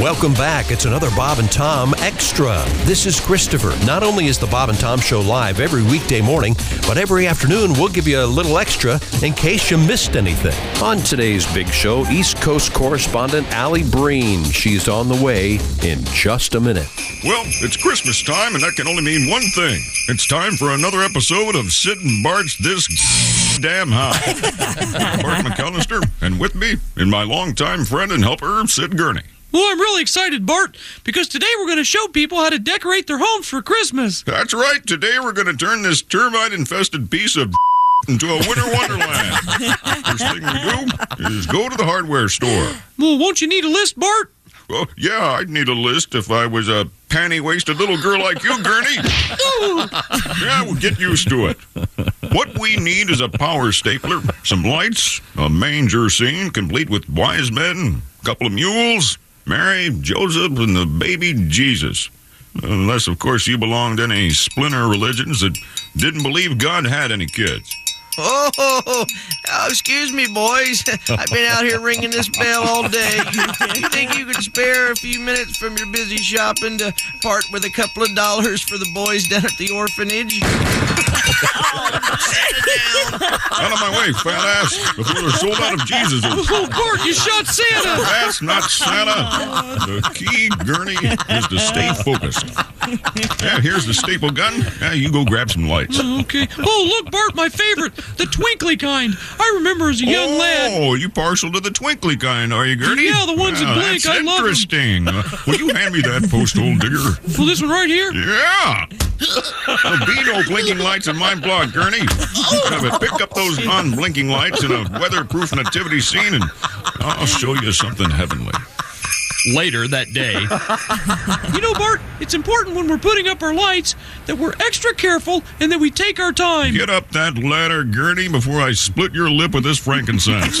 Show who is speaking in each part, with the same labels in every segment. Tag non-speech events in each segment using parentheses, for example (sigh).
Speaker 1: Welcome back. It's another Bob and Tom Extra. This is Christopher. Not only is the Bob and Tom Show live every weekday morning, but every afternoon we'll give you a little extra in case you missed anything. On today's big show, East Coast correspondent Allie Breen. She's on the way in just a minute.
Speaker 2: Well, it's Christmas time, and that can only mean one thing. It's time for another episode of Sit and Barge This Damn High. I'm Bart McAllister, and with me, in my longtime friend and helper, Sid Gurney.
Speaker 3: Well, I'm really excited, Bart, because today we're going to show people how to decorate their homes for Christmas.
Speaker 2: That's right, today we're going to turn this termite infested piece of (laughs) into a winter wonderland. First thing we do is go to the hardware store.
Speaker 3: Well, won't you need a list, Bart?
Speaker 2: Well, yeah, I'd need a list if I was a panty waisted little girl like you, Gurney. yeah, we'll get used to it. What we need is a power stapler, some lights, a manger scene complete with wise men, a couple of mules, Mary, Joseph, and the baby Jesus. Unless, of course, you belong to any splinter religions that didn't believe God had any kids.
Speaker 4: Oh, oh, oh, excuse me, boys. I've been out here ringing this bell all
Speaker 2: (laughs)
Speaker 4: day. You think you could spare a few minutes from your busy shopping to part with a couple of dollars for the boys down at the orphanage?
Speaker 2: Out of my way, fat ass, before they're sold out of Jesus.
Speaker 3: Oh, Bart, you shot Santa!
Speaker 2: That's not Santa. The key, Gurney, is to stay focused. Yeah, here's the staple gun. Now you go grab some lights.
Speaker 3: Okay. Oh, look, Bart, my favorite, the twinkly kind. I remember as a young
Speaker 2: oh,
Speaker 3: lad.
Speaker 2: you partial to the twinkly kind, are you, Gurney?
Speaker 3: Yeah, the ones that
Speaker 2: Wow,
Speaker 3: blink.
Speaker 2: That's
Speaker 3: I love 'em.
Speaker 2: interesting. Uh, will you hand me that post, old digger?
Speaker 3: Well, this one right here.
Speaker 2: Yeah. Albino blinking lights in my blog, Gurney. Have it pick up those non-blinking lights in a weatherproof nativity scene, and I'll show you something heavenly.
Speaker 5: Later that day,
Speaker 3: You know, Bart, it's important when we're putting up our lights that we're extra careful and that we take our time.
Speaker 2: Get up that ladder, Gurney, before I split your lip with this frankincense.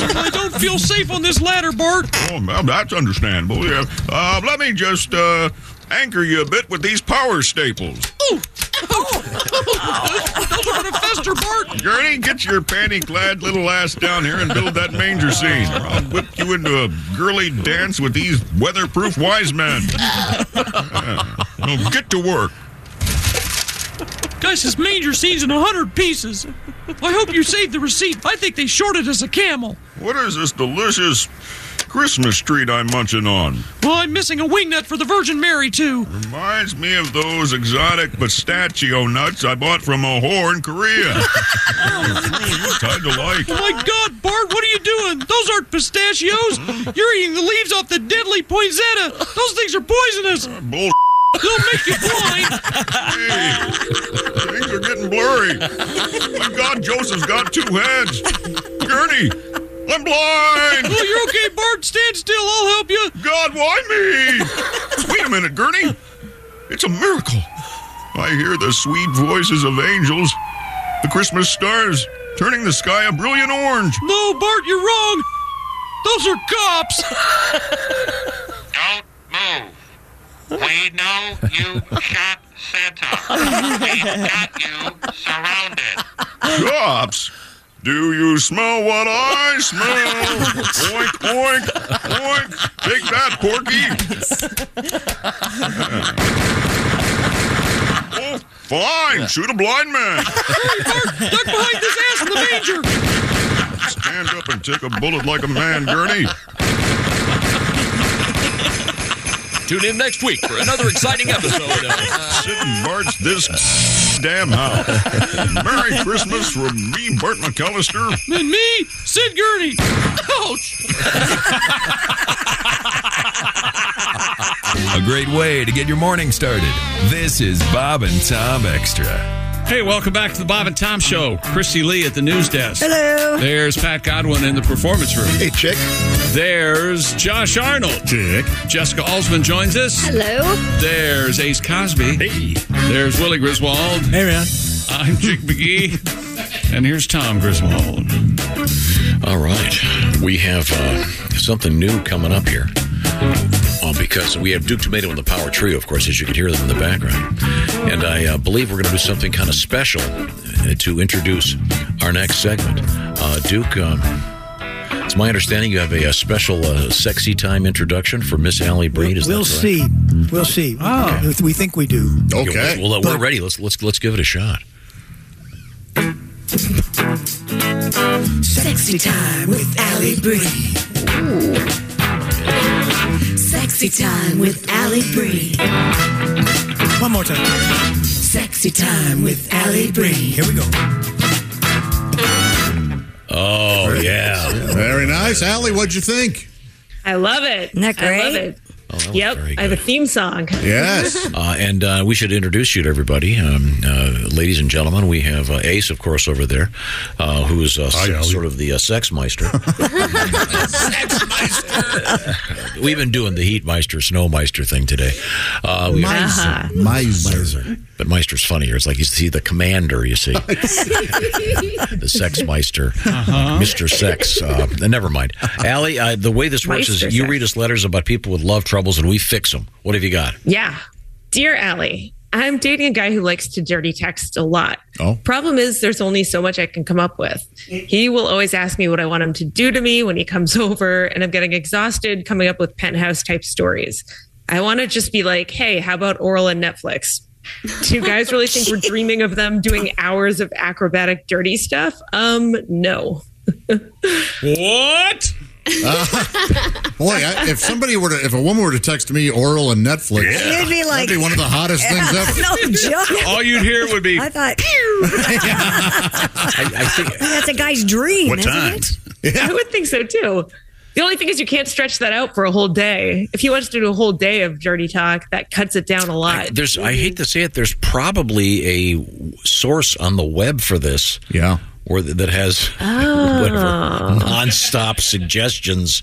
Speaker 3: (laughs) I don't feel safe on this ladder, Bart.
Speaker 2: oh, well, that's understandable. Yeah. Uh, let me just uh, anchor you a bit with these power staples.
Speaker 3: Ooh. Those are going to fester, Bart.
Speaker 2: Gurney, get your panty-clad little ass down here and build that manger scene. or I'll whip you into a girly dance with these weatherproof wise men. (laughs) Yeah. Now get to work.
Speaker 3: Guys, this manger scene's in a hundred pieces. I hope you saved the receipt. I think they shorted us a camel.
Speaker 2: What is this delicious Christmas treat I'm munching on?
Speaker 3: Well, I'm missing a wingnut for the Virgin Mary, too.
Speaker 2: Reminds me of those exotic pistachio nuts I bought from a whore in Korea. Kind of like.
Speaker 3: Oh my God, Bart, what are you doing? Those aren't pistachios. You're eating the leaves off the deadly poinsettia. Those things are poisonous.
Speaker 2: Bull.
Speaker 3: They'll make
Speaker 2: (laughs)
Speaker 3: you blind.
Speaker 2: Hey, things are getting blurry. My God, Joseph's got two heads. Gurney, I'm blind.
Speaker 3: Oh, you're okay, Bart. Stand still. I'll help you.
Speaker 2: God, why me? Wait a minute, Gurney. It's a miracle. I hear the sweet voices of angels, the Christmas stars turning the sky a brilliant orange.
Speaker 3: No, Bart, you're wrong. Those are cops.
Speaker 6: (laughs) Don't move. We know you shot Santa. We've
Speaker 3: (laughs)
Speaker 6: got you surrounded.
Speaker 2: Cops, do you smell what I smell? oink, oink, oink. Take that, Porky. oh, fine. Shoot a blind
Speaker 3: (laughs)
Speaker 2: man.
Speaker 3: Duck behind this ass in the manger.
Speaker 2: Stand up and take a bullet like a man, Gurney.
Speaker 5: tune in next week for another exciting episode of
Speaker 2: (laughs) Sit and march this damn house. Merry Christmas from me, Bart McAllister.
Speaker 3: And me, Sid Gurney. Ouch.
Speaker 7: A great way to get your morning started. This is Bob and Tom Extra.
Speaker 5: Hey, welcome back to the Bob and Tom Show. Christy Lee at the news desk. Hello. There's Pat Godwin in the performance room. Hey, chick. There's Josh Arnold. Chick. Jessica Alsman joins us.
Speaker 8: Hello?
Speaker 5: There's Ace Cosby. Hey. There's Willie Griswold. Hey, man. I'm Jake (laughs) McGee. And here's Tom Griswold.
Speaker 9: All right. We have uh, something new coming up here. Uh, because we have Duke Tomato and the Power Trio, of course, as you can hear them in the background. And I uh, believe we're going to do something kind of special uh, to introduce our next segment. Uh, Duke um, It's my understanding you have a, uh special uh, sexy time introduction for Miss Allie Breed. Is that
Speaker 8: We'll
Speaker 9: correct?
Speaker 8: see. We'll see. We- We think we do.
Speaker 9: Okay. Well, uh, we're ready. Let's let's let's give it a shot.
Speaker 10: Sexy time with Allie Bree. Sexy time with Allie Bree.
Speaker 8: One more time.
Speaker 10: Sexy time with Allie Bree.
Speaker 8: Here we go.
Speaker 9: Oh yeah.
Speaker 11: Very nice, Allie. What'd you think?
Speaker 12: I love it.
Speaker 13: Isn't that
Speaker 12: I love
Speaker 13: great?
Speaker 12: it. yep. I have a theme song.
Speaker 9: Uh, and uh, we should introduce you to everybody. Um, uh, ladies and gentlemen, we have uh, Ace, of course, over there, uh, who is uh, s- sort of the uh, sex meister. We've been doing the heat meister, snow meister thing today. Uh, we-
Speaker 11: Meiser. Meiser.
Speaker 9: But meister's funnier. It's like he's see the commander, you
Speaker 3: (laughs)
Speaker 9: see. the sex meister,
Speaker 12: Uh-huh.
Speaker 9: Mr. Sex. Uh, never mind. Allie, uh, the way this works
Speaker 12: Meister
Speaker 9: is you
Speaker 12: sex.
Speaker 9: read us letters about people with love troubles and we fix them. What have you got?
Speaker 12: (laughs) Yeah. Dear Allie, I'm dating a guy who likes to dirty text a lot.
Speaker 9: Oh.
Speaker 12: Problem is, there's only so much I can come up with. He will always ask me what I want him to do to me when he comes (laughs) over, and I'm getting exhausted coming up with penthouse type stories. I want to just be like, hey, how about oral and Netflix? Do you guys really think we're
Speaker 13: (laughs)
Speaker 12: dreaming of them doing hours of acrobatic dirty stuff? Um, no.
Speaker 5: What?
Speaker 11: Uh-huh. Boy, I, if somebody were to, if a woman were to text me oral and Netflix,
Speaker 13: Yeah. You'd be like-
Speaker 11: that'd be one of the hottest things
Speaker 13: (laughs)
Speaker 11: ever.
Speaker 13: No joke.
Speaker 5: All you'd hear would be.
Speaker 13: I thought,
Speaker 11: (laughs)
Speaker 13: pew. that's a guy's dream, isn't it?
Speaker 11: (laughs)
Speaker 12: I would think so too. The only thing is you can't stretch that out for a whole day. If he wants to do a whole day of dirty talk, that cuts it down a lot.
Speaker 9: There's, I hate to say it, there's probably a source on the web for this. Yeah. Or th- that has (laughs) whatever nonstop suggestions.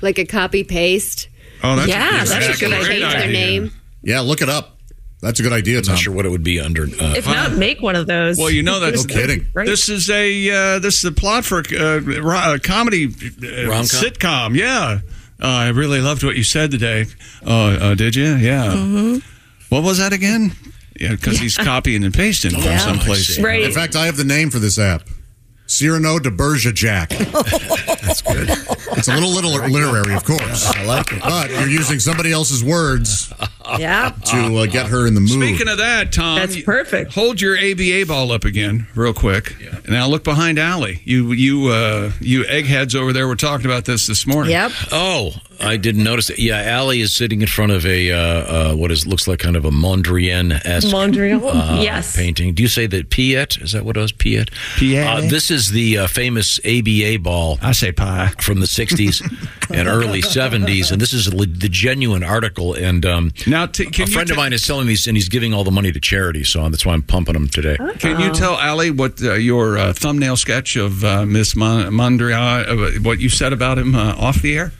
Speaker 14: Like a copy paste.
Speaker 9: Oh,
Speaker 14: that's a Yeah, good that's a idea. good That's a great idea. idea. Their name.
Speaker 11: Yeah, look it up. That's a good idea. Tom. I'm not sure
Speaker 9: what it would be under. Uh,
Speaker 12: if not, make one of those.
Speaker 5: Well, you know
Speaker 12: (laughs)
Speaker 5: that's
Speaker 12: That'd be great.
Speaker 5: This is a uh, this is a plot for a uh, ro- uh, comedy uh,
Speaker 9: Rom-com?
Speaker 5: sitcom. Yeah, uh, I really loved what you said today. Uh, uh, did you? Yeah. What was that again? Yeah, because he's copying and pasting from someplace.
Speaker 11: In fact, I have the name for this app. Cyrano de
Speaker 12: (laughs)
Speaker 11: Bergerac.
Speaker 12: Oh,
Speaker 11: That's good. It's a little, little literary, of course. I like it. But you're using somebody else's words
Speaker 12: Yeah.
Speaker 11: to uh, get her in the mood.
Speaker 5: Speaking of that, Tom, that's
Speaker 12: perfect.
Speaker 5: Hold your ABA ball up again, real quick. Now look behind Allie. You, you, uh, you eggheads over there were talking about this this morning.
Speaker 9: Yep. Oh, I didn't notice it. Yeah, Allie is sitting in front of a uh, uh, what is looks like kind of a Mondrian esque
Speaker 12: Mondrian? Yes.
Speaker 9: painting. Do you say that Piet? Is that what it was? Piet. Piet. Uh, this is the uh, famous ABA ball.
Speaker 5: I say pie
Speaker 9: from the
Speaker 5: (laughs)
Speaker 9: '60s and early '70s, and this is le- the genuine article. And um,
Speaker 5: now, can
Speaker 9: a friend of mine is selling these, and he's giving all the money to charity. So that's why I'm pumping them today.
Speaker 5: Can
Speaker 9: Um,
Speaker 5: you tell Allie what uh, your uh, thumbnail sketch of uh, Miss Mon- Mondrian, uh, what you said about him uh, off the air?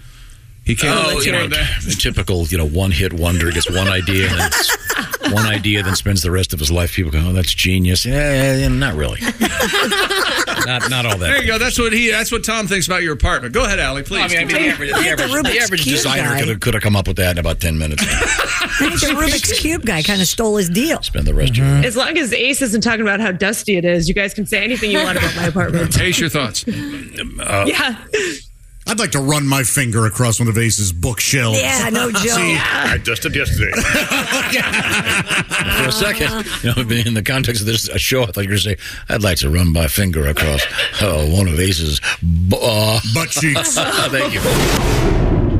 Speaker 5: He came.
Speaker 9: Oh, you know, the typical, you know, one hit wonder gets one idea and then s- one idea, then spends the rest of his life. People go, "Oh, that's genius." Yeah, yeah, yeah, not really. not, not all
Speaker 5: There
Speaker 9: that.
Speaker 5: you go. That's what he. That's what Tom thinks about your apartment. Go ahead, Allie. Please.
Speaker 9: I mean, I mean, the average, the average, the average designer could have, could have come up with that in about ten minutes.
Speaker 13: I think the Rubik's Cube guy kind of stole his deal.
Speaker 9: Spend the rest of
Speaker 12: Mm-hmm. As long as Ace isn't talking about how dusty it is, you guys can say anything you want about
Speaker 9: (laughs)
Speaker 12: my apartment.
Speaker 5: Ace, your thoughts?
Speaker 11: Uh,
Speaker 12: yeah.
Speaker 11: I'd like to run my finger across one of Ace's bookshelves.
Speaker 13: Yeah, no joke.
Speaker 11: (laughs) See,
Speaker 9: I dusted
Speaker 11: (laughs)
Speaker 9: yesterday. For a second, you know, in the context of this show, I thought you were going to say, "I'd like to run my finger across uh, one of Ace's bu- uh,
Speaker 11: butt
Speaker 9: (laughs)
Speaker 11: cheeks."
Speaker 9: Thank you.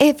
Speaker 15: If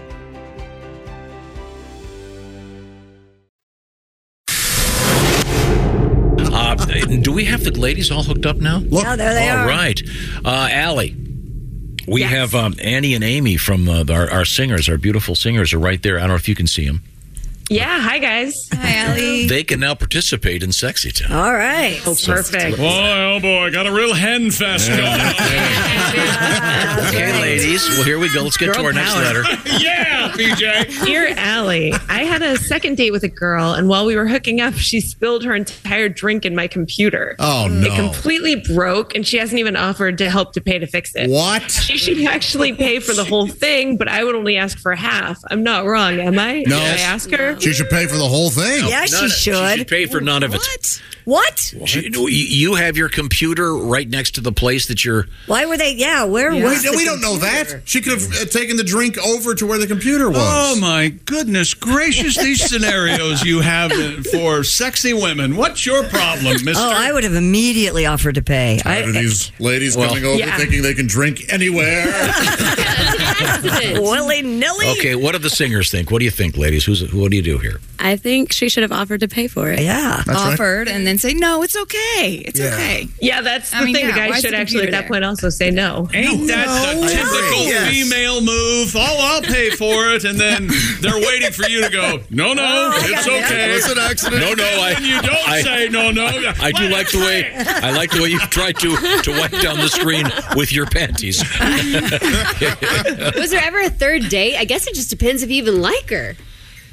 Speaker 9: Uh, do we have the ladies all hooked up now?
Speaker 10: Look. Now there they
Speaker 9: All
Speaker 10: are.
Speaker 9: right. Uh, Allie. We have um, Annie and Amy from uh, our, our singers, our beautiful singers, are right there. I don't know if you can see them.
Speaker 12: Yeah. Hi, guys. Hi, Allie.
Speaker 9: They can now participate in Sexy Time.
Speaker 12: All right.
Speaker 9: Perfect.
Speaker 5: Boy, oh boy, got a real hen fest going
Speaker 9: Okay, ladies. Well, here we go. Let's get to
Speaker 12: Girl
Speaker 9: our next
Speaker 12: power.
Speaker 9: letter.
Speaker 5: yeah, PJ.
Speaker 12: (laughs) Dear Allie, I had a second date with a girl, and while we were hooking up, she spilled her entire drink in my computer.
Speaker 10: Oh, no.
Speaker 12: It completely broke, and she hasn't even offered to help to pay to fix it.
Speaker 10: What?
Speaker 12: She should actually pay for the whole thing, but I would only ask for half. I'm not wrong, am I?
Speaker 11: No.
Speaker 12: Should I ask her?
Speaker 11: She should pay for the whole thing.
Speaker 9: No, none of- She should pay for none of it.
Speaker 16: What?
Speaker 9: She- no, you- you have your computer right next to the place that you're.
Speaker 16: Why were they? Yeah, where
Speaker 11: We,
Speaker 16: was? the
Speaker 11: we don't know that. She could have uh, taken the drink over to where the computer was.
Speaker 5: Oh my goodness gracious! These scenarios you have for sexy women. What's your
Speaker 16: (laughs)
Speaker 5: problem, Mister?
Speaker 16: Oh, I would have immediately offered to pay.
Speaker 11: Tired of these ladies coming over
Speaker 16: Yeah.
Speaker 11: thinking they can
Speaker 16: (laughs)
Speaker 11: drink anywhere.
Speaker 16: Willy nilly.
Speaker 9: Okay, what do the singers think? What do you think, ladies? Who's what do you do here?
Speaker 17: I think she should have offered to pay for it.
Speaker 16: Yeah.
Speaker 17: That's right. Offered and then say, no, it's okay. It's
Speaker 12: Yeah.
Speaker 17: okay.
Speaker 12: Yeah, that's the
Speaker 17: I mean,
Speaker 12: thing.
Speaker 17: yeah,
Speaker 12: the guy
Speaker 17: why is
Speaker 12: should
Speaker 17: the
Speaker 12: actually, at
Speaker 17: computer
Speaker 12: that point, also say no.
Speaker 5: Ain't that the typical female move? Oh, I'll pay for it, and then they're waiting for you to go. No, no,
Speaker 10: Oh, I
Speaker 5: it's
Speaker 10: got it.
Speaker 5: okay.
Speaker 10: It's an accident.
Speaker 5: No, no, I,
Speaker 10: And you don't
Speaker 9: I-
Speaker 5: say no, no.
Speaker 9: (laughs) I do like the way I like the way you've tried to to wipe down the screen with your panties.
Speaker 14: was there ever a third date? I guess it just depends if you even like her.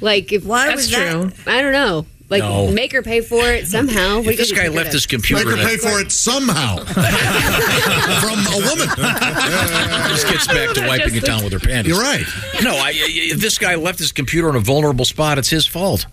Speaker 14: Like if why
Speaker 16: That's was that- true.
Speaker 14: I don't know. Like
Speaker 9: No.
Speaker 14: make her pay for it somehow. What are you
Speaker 9: this
Speaker 14: gonna
Speaker 9: guy
Speaker 14: do?
Speaker 9: left his computer.
Speaker 14: Make her
Speaker 9: in a-
Speaker 14: pay for it
Speaker 11: somehow from a woman.
Speaker 14: (laughs)
Speaker 9: This gets back to wiping it down with her panties.
Speaker 11: You're right.
Speaker 9: No, I, I- I- this guy left his computer in a vulnerable spot. It's his fault.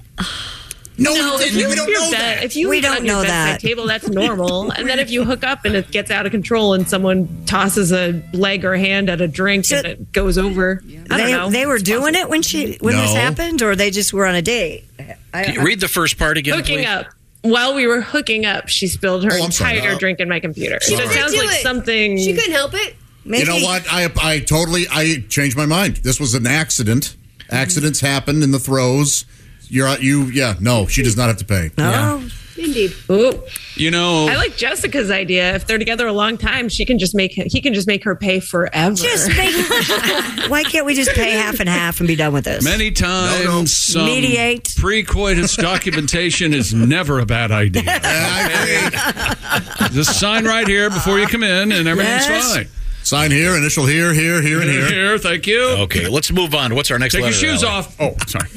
Speaker 11: No,
Speaker 12: if you leave your bed- If you
Speaker 16: We
Speaker 12: leave it
Speaker 16: don't
Speaker 12: on your
Speaker 16: know
Speaker 12: bedside
Speaker 16: that.
Speaker 12: table, that's normal. (laughs) and then if you hook up and it gets out of control and someone tosses a leg or hand at a drink and it goes over, I don't
Speaker 16: They,
Speaker 12: know.
Speaker 16: they were doing it when she when this
Speaker 9: No.
Speaker 16: happened, or they just were on a date.
Speaker 9: Can you read the first part again,
Speaker 12: hooking
Speaker 9: please?
Speaker 12: up. While we were hooking up, she spilled her entire
Speaker 11: Oh, sorry. No.
Speaker 12: drink in my computer.
Speaker 11: She
Speaker 12: so it
Speaker 11: couldn't
Speaker 12: sounds
Speaker 11: do
Speaker 12: like
Speaker 11: it.
Speaker 12: something. She
Speaker 14: couldn't help it.
Speaker 11: You know what? I I totally I changed my mind. This was an accident. Accidents happen in the throes. You're you yeah no. She does not have to pay.
Speaker 12: Oh,
Speaker 14: indeed.
Speaker 12: Ooh.
Speaker 5: You know,
Speaker 12: I like Jessica's idea. If they're together a long time, she can just make he can just make her pay forever. Just (laughs)
Speaker 16: Why can't we just pay half and half and be done with this?
Speaker 5: Many times, some
Speaker 16: Mediate.
Speaker 5: Pre-coitus documentation is never a bad idea. Okay? Just sign right here before you come in, and everything's
Speaker 11: Yes.
Speaker 5: fine.
Speaker 11: Sign here, initial here, here, here, and here.
Speaker 5: Here, thank you.
Speaker 9: Okay, let's move on. What's our next
Speaker 5: Take your
Speaker 9: letter,
Speaker 5: shoes
Speaker 9: Allie?
Speaker 5: off. Oh, sorry.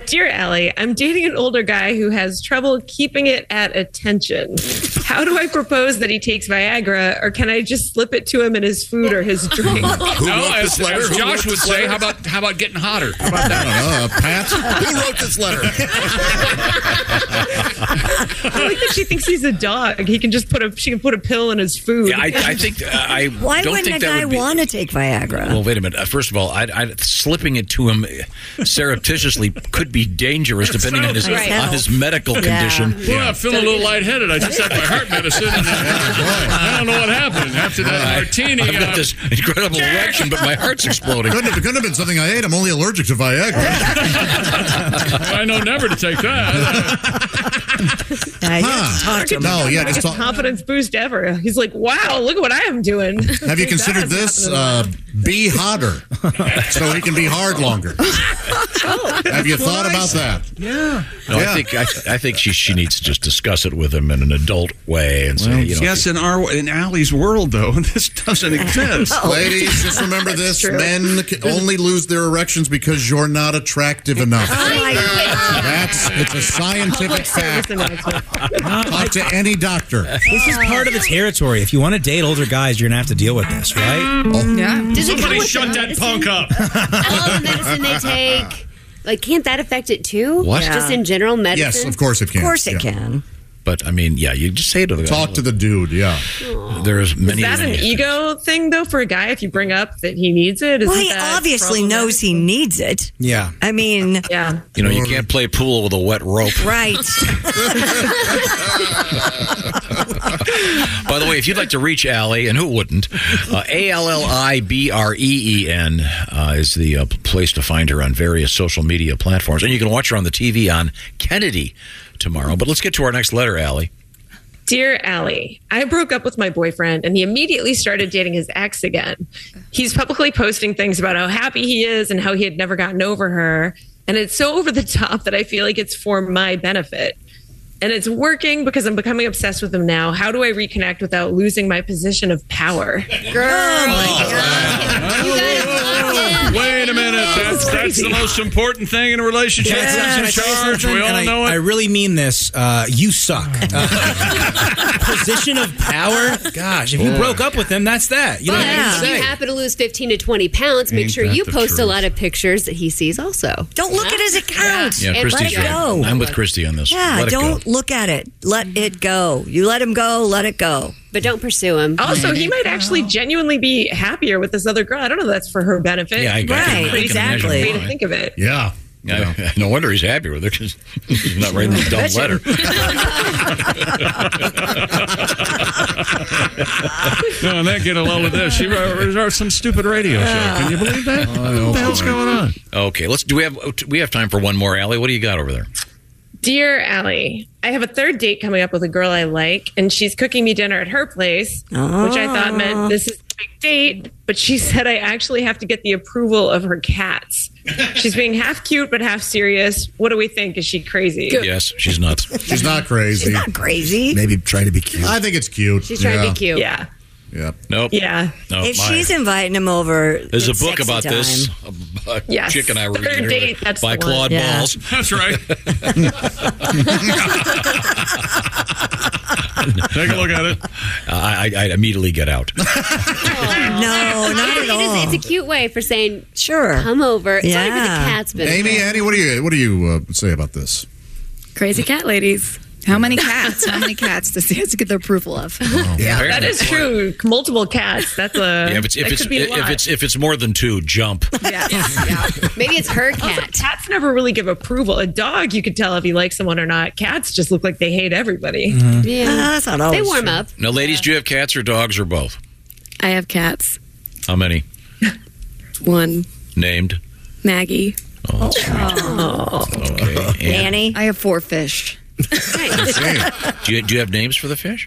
Speaker 12: (laughs) Dear Ellie, I'm dating an older guy who has trouble keeping it at attention. How do I propose that he takes Viagra, or can I just slip it to him in his food
Speaker 11: (laughs)
Speaker 12: or his
Speaker 5: (laughs)
Speaker 12: drink?
Speaker 5: no,
Speaker 18: wrote
Speaker 5: as,
Speaker 18: this letter?
Speaker 5: as
Speaker 18: Who wrote
Speaker 5: Josh
Speaker 18: this
Speaker 5: would say,
Speaker 18: letter?
Speaker 5: how about how about getting hotter? How
Speaker 18: about that?
Speaker 5: I
Speaker 11: don't know, Pat. Who wrote this letter?
Speaker 12: I like that she thinks he's a dog. He can just put a she can put a pill in his food.
Speaker 9: Yeah, I, I think uh, I
Speaker 12: Why
Speaker 9: don't
Speaker 12: wouldn't
Speaker 9: think
Speaker 12: a
Speaker 9: that
Speaker 12: guy
Speaker 9: would be-
Speaker 12: wanna
Speaker 13: take Viagra?
Speaker 9: Well, wait a minute. Uh, first of all, I, I, slipping it to him surreptitiously could be dangerous, depending on his
Speaker 5: Right.
Speaker 9: on his medical condition.
Speaker 5: Well, I feel a little lightheaded. I just had my heart medicine. And I don't know what happened after that martini.
Speaker 9: I've got
Speaker 5: uh,
Speaker 9: this incredible erection, but my heart's (laughs) exploding.
Speaker 11: Couldn't have, couldn't have been something I ate. I'm only allergic to Viagra.
Speaker 5: (laughs) I know never to take that.
Speaker 11: Huh. No, yeah, just
Speaker 12: Biggest
Speaker 11: talk.
Speaker 12: confidence boost ever. He's like, wow, look at what I am doing.
Speaker 11: Have you
Speaker 12: (laughs) That
Speaker 11: considered
Speaker 12: hasn't
Speaker 11: this?
Speaker 12: happened in
Speaker 11: Uh,
Speaker 12: a
Speaker 11: be hotter,
Speaker 9: (laughs)
Speaker 11: so he can be hard longer. (laughs) Have you thought about that?
Speaker 9: Yeah. No,
Speaker 11: Yeah.
Speaker 9: I think I, I think she she needs to just discuss it with him in an adult way and say,
Speaker 19: Well,
Speaker 9: uh, you know,
Speaker 19: yes, in our in Allie's world
Speaker 11: (laughs)
Speaker 19: though, this doesn't
Speaker 5: (laughs)
Speaker 19: exist.
Speaker 11: Oh.
Speaker 5: Oh,
Speaker 11: Ladies, just remember this: men can only lose their erections because you're not attractive enough. That's it's a scientific fact. (laughs) Talk to any doctor.
Speaker 20: This is part of the territory. If you want to date older guys, you're gonna have to deal with this, right?
Speaker 11: Oh.
Speaker 14: Yeah. Does it
Speaker 5: Somebody
Speaker 14: come with
Speaker 5: shut
Speaker 14: the
Speaker 5: that
Speaker 14: medicine?
Speaker 5: punk up.
Speaker 14: All the medicine they take. Like, can't that affect it too?
Speaker 9: What?
Speaker 14: Just in general medicine?
Speaker 9: can. But I mean, yeah, you just say to the talk to the
Speaker 11: dude. Yeah,
Speaker 9: there's
Speaker 12: Is
Speaker 9: many.
Speaker 12: that an
Speaker 14: e-
Speaker 12: ego thing though for a guy if you bring up that he needs it?
Speaker 16: Well, he obviously knows he needs it.
Speaker 9: yeah,
Speaker 16: I mean,
Speaker 12: yeah.
Speaker 9: you know, you can't play pool with a wet rope.
Speaker 16: Right.
Speaker 9: By the way, if you'd like to reach Allie, and who wouldn't, uh, A L L I B R E E N is the uh, place to find her on various social media platforms. And you can watch her on the TV on Kennedy tomorrow. But let's get to our next letter, Allie.
Speaker 12: Dear Allie, I broke up with my boyfriend and he immediately started dating his ex again. He's publicly posting things about how happy he is and how he had never gotten over her. And it's so over the (laughs) top that I feel like it's for my benefit. And it's working because I'm becoming obsessed with him now. How do I reconnect without losing my position of power?
Speaker 5: Wait a minute. That's, that's the most important thing in a relationship. Who's in charge? We all
Speaker 20: And I,
Speaker 5: know
Speaker 20: I
Speaker 5: it.
Speaker 20: really mean this. Uh, you suck. Uh, position of power. Gosh, if you
Speaker 5: Boy.
Speaker 20: broke up with him, that's that. You
Speaker 14: But
Speaker 20: know what I'm
Speaker 14: if
Speaker 20: saying?
Speaker 14: you happen to lose 15 to 20 pounds, make
Speaker 20: Ain't
Speaker 14: sure
Speaker 20: that
Speaker 14: you
Speaker 20: the
Speaker 14: post a
Speaker 20: truth.
Speaker 14: lot of pictures that he sees also.
Speaker 16: Don't look at his account.
Speaker 9: Yeah, Christy's right. I'm with Christy on this.
Speaker 16: Yeah,
Speaker 9: Let it go.
Speaker 16: don't look at it. Let it
Speaker 14: (laughs)
Speaker 16: go. You let him go, let it go.
Speaker 14: But don't pursue him. Oh.
Speaker 12: Also, he might actually genuinely be happier with this other girl. I don't know. if That's for her benefit.
Speaker 9: Yeah, I- I can- I can
Speaker 12: Pretty
Speaker 9: imagine
Speaker 12: way
Speaker 9: why.
Speaker 12: to think of it.
Speaker 11: Yeah.
Speaker 9: No wonder he's happy with her because he's not writing this dumb
Speaker 12: Betcha.
Speaker 9: letter.
Speaker 5: No, and that get a load of this. She wrote wrote some stupid radio show. Can you believe that? what the hell's going on?
Speaker 9: Okay, let's. Do we have we have time for one more, Allie? What do you got over there?
Speaker 12: Dear Allie, I have a third date coming up with a girl I like, and she's cooking me dinner at her place, which I thought
Speaker 16: Ah.
Speaker 12: meant this is a big date. But she (laughs) said I actually have to get the approval of her cats. She's being half cute but half serious. What do we think? Is she crazy?
Speaker 9: Yes, she's nuts.
Speaker 11: She's not crazy. She's not
Speaker 16: crazy.
Speaker 11: Maybe try to be cute. I think it's cute.
Speaker 16: She's trying to be cute.
Speaker 12: Yeah.
Speaker 11: Yep.
Speaker 9: Nope.
Speaker 12: Yeah.
Speaker 16: if she's inviting him over,
Speaker 9: Oh. There's a
Speaker 16: it's
Speaker 9: book
Speaker 16: sexy
Speaker 9: about this.
Speaker 16: time.
Speaker 9: A (laughs) b-
Speaker 16: Yes,
Speaker 9: Chick and I were
Speaker 16: Third
Speaker 9: reading her
Speaker 16: Date, that's
Speaker 9: by
Speaker 16: the one.
Speaker 9: Claude
Speaker 16: Yeah.
Speaker 3: (laughs)
Speaker 9: Balls.
Speaker 5: (laughs) That's right. Take a look at it.
Speaker 9: I, I, I'd immediately get out.
Speaker 16: No, not
Speaker 14: at all. It's a cute way for saying, sure, come over. It's not even the cat's been.
Speaker 11: Amy, Annie, what do you what do you uh, say about this?
Speaker 17: Crazy cat ladies. How (laughs) many cats? How many cats does he have to get the approval of?
Speaker 8: Oh,
Speaker 9: Yeah.
Speaker 12: that is true. Multiple cats. That's a.
Speaker 9: Yeah, if it's if
Speaker 12: that
Speaker 9: it's
Speaker 12: could be a
Speaker 9: if
Speaker 12: lot.
Speaker 9: it's if it's more than two, jump.
Speaker 12: Maybe it's (laughs) her cat. cats never really give approval. A dog, you could tell if you like someone or not. Cats just look like they hate everybody.
Speaker 11: Mm-hmm.
Speaker 14: Yeah.
Speaker 11: Ah,
Speaker 16: that's not
Speaker 14: They warm up.
Speaker 9: Now, ladies, do you have cats or dogs or both?
Speaker 17: I have cats.
Speaker 9: How many
Speaker 17: One,
Speaker 9: named?
Speaker 17: Maggie.
Speaker 9: Oh, Okay. And
Speaker 16: Annie.
Speaker 17: I have four fish.
Speaker 9: do you do you have names for the fish?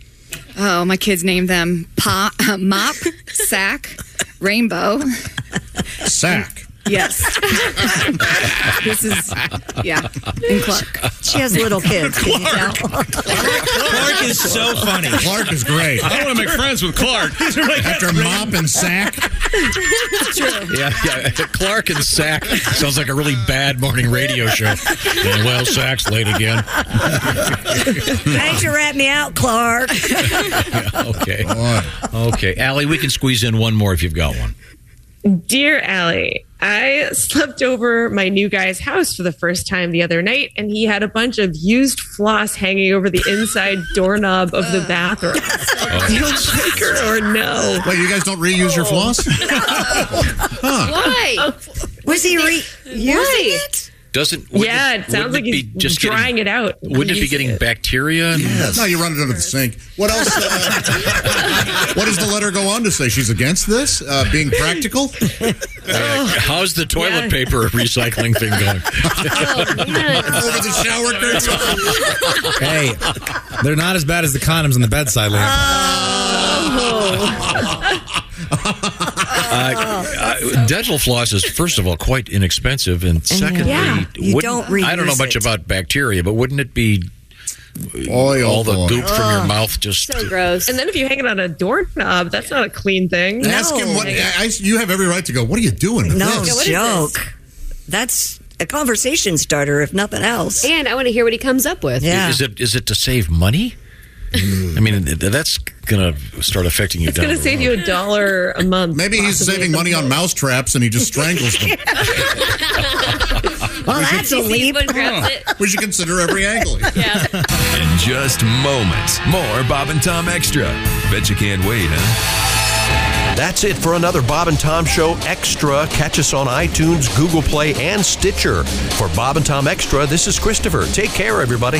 Speaker 17: Oh, my kids named them Pop, Mop, Sack, Rainbow.
Speaker 11: Sack.
Speaker 17: Yes. (laughs) this is, yeah, in Clark.
Speaker 16: She has
Speaker 9: (laughs)
Speaker 16: little kids. Clark.
Speaker 20: Clark is so funny.
Speaker 11: Clark is great.
Speaker 5: I wanna make friends with Clark. These are my
Speaker 11: After
Speaker 5: best
Speaker 11: mop and sack.
Speaker 17: True.
Speaker 9: Yeah, yeah. Clark and Sack sounds like a really bad morning radio show. Yeah, well, Sack's late
Speaker 16: (laughs)
Speaker 9: again.
Speaker 16: Thanks for wrap me out, Clark.
Speaker 9: Okay. Okay. Allie, we can squeeze in one more if you've got one.
Speaker 12: Dear Allie, I slept over my new guy's house for the first time the other night, and he had a bunch of used floss hanging over the (laughs) inside doorknob of the bathroom. Deal breaker or no?
Speaker 11: Wait, you guys don't reuse your floss?
Speaker 14: Why?
Speaker 16: Was he re- using
Speaker 14: it?
Speaker 9: Doesn't wouldn't
Speaker 12: Yeah, it
Speaker 9: wouldn't
Speaker 12: sounds like
Speaker 9: it
Speaker 12: he's
Speaker 9: be just getting-
Speaker 12: drying it out.
Speaker 9: Wouldn't it be getting bacteria?
Speaker 11: Yes. No, you run it under the sink. (laughs) What else? uh, what does the letter go on to say? She's against this uh, being
Speaker 9: (laughs)
Speaker 11: practical.
Speaker 9: Uh, how's the toilet paper recycling
Speaker 12: (laughs)
Speaker 9: thing going?
Speaker 11: Over the shower curtain.
Speaker 20: (laughs) hey, they're not as bad as the condoms on the bedside lamp.
Speaker 11: (laughs)
Speaker 9: Uh, uh, dental floss is first of all quite inexpensive, and secondly,
Speaker 16: yeah, you
Speaker 9: wouldn't-
Speaker 16: don't
Speaker 9: I don't know
Speaker 16: reuse
Speaker 9: much
Speaker 16: it.
Speaker 9: about bacteria, but wouldn't it be Oil all the goop from your mouth just?
Speaker 12: gross. And then if you hang it on a doorknob, that's not a clean thing.
Speaker 11: (laughs) Ask
Speaker 16: (laughs)
Speaker 11: him what. I, I- you have every right to go. What are you doing? With
Speaker 16: Oh, No
Speaker 11: this?
Speaker 16: joke. That's a conversation starter, if nothing else.
Speaker 14: And I want to hear what he comes up with.
Speaker 9: Is it is it to save money? I mean, th- that's gonna start affecting you.
Speaker 12: It's going to save you a dollar a month.
Speaker 11: Maybe he's
Speaker 12: possibly.
Speaker 11: saving money on mouse traps and he just strangles
Speaker 12: (laughs)
Speaker 11: them.
Speaker 16: Well, that's a leap.
Speaker 11: (laughs) We should consider every angle.
Speaker 7: In just moments, more Bob and Tom Extra. Bet you can't wait, huh?
Speaker 1: That's it for another Bob and Tom Show Extra. Catch us on iTunes, Google Play, and Stitcher. For Bob and Tom Extra, this is Christopher. Take care, everybody.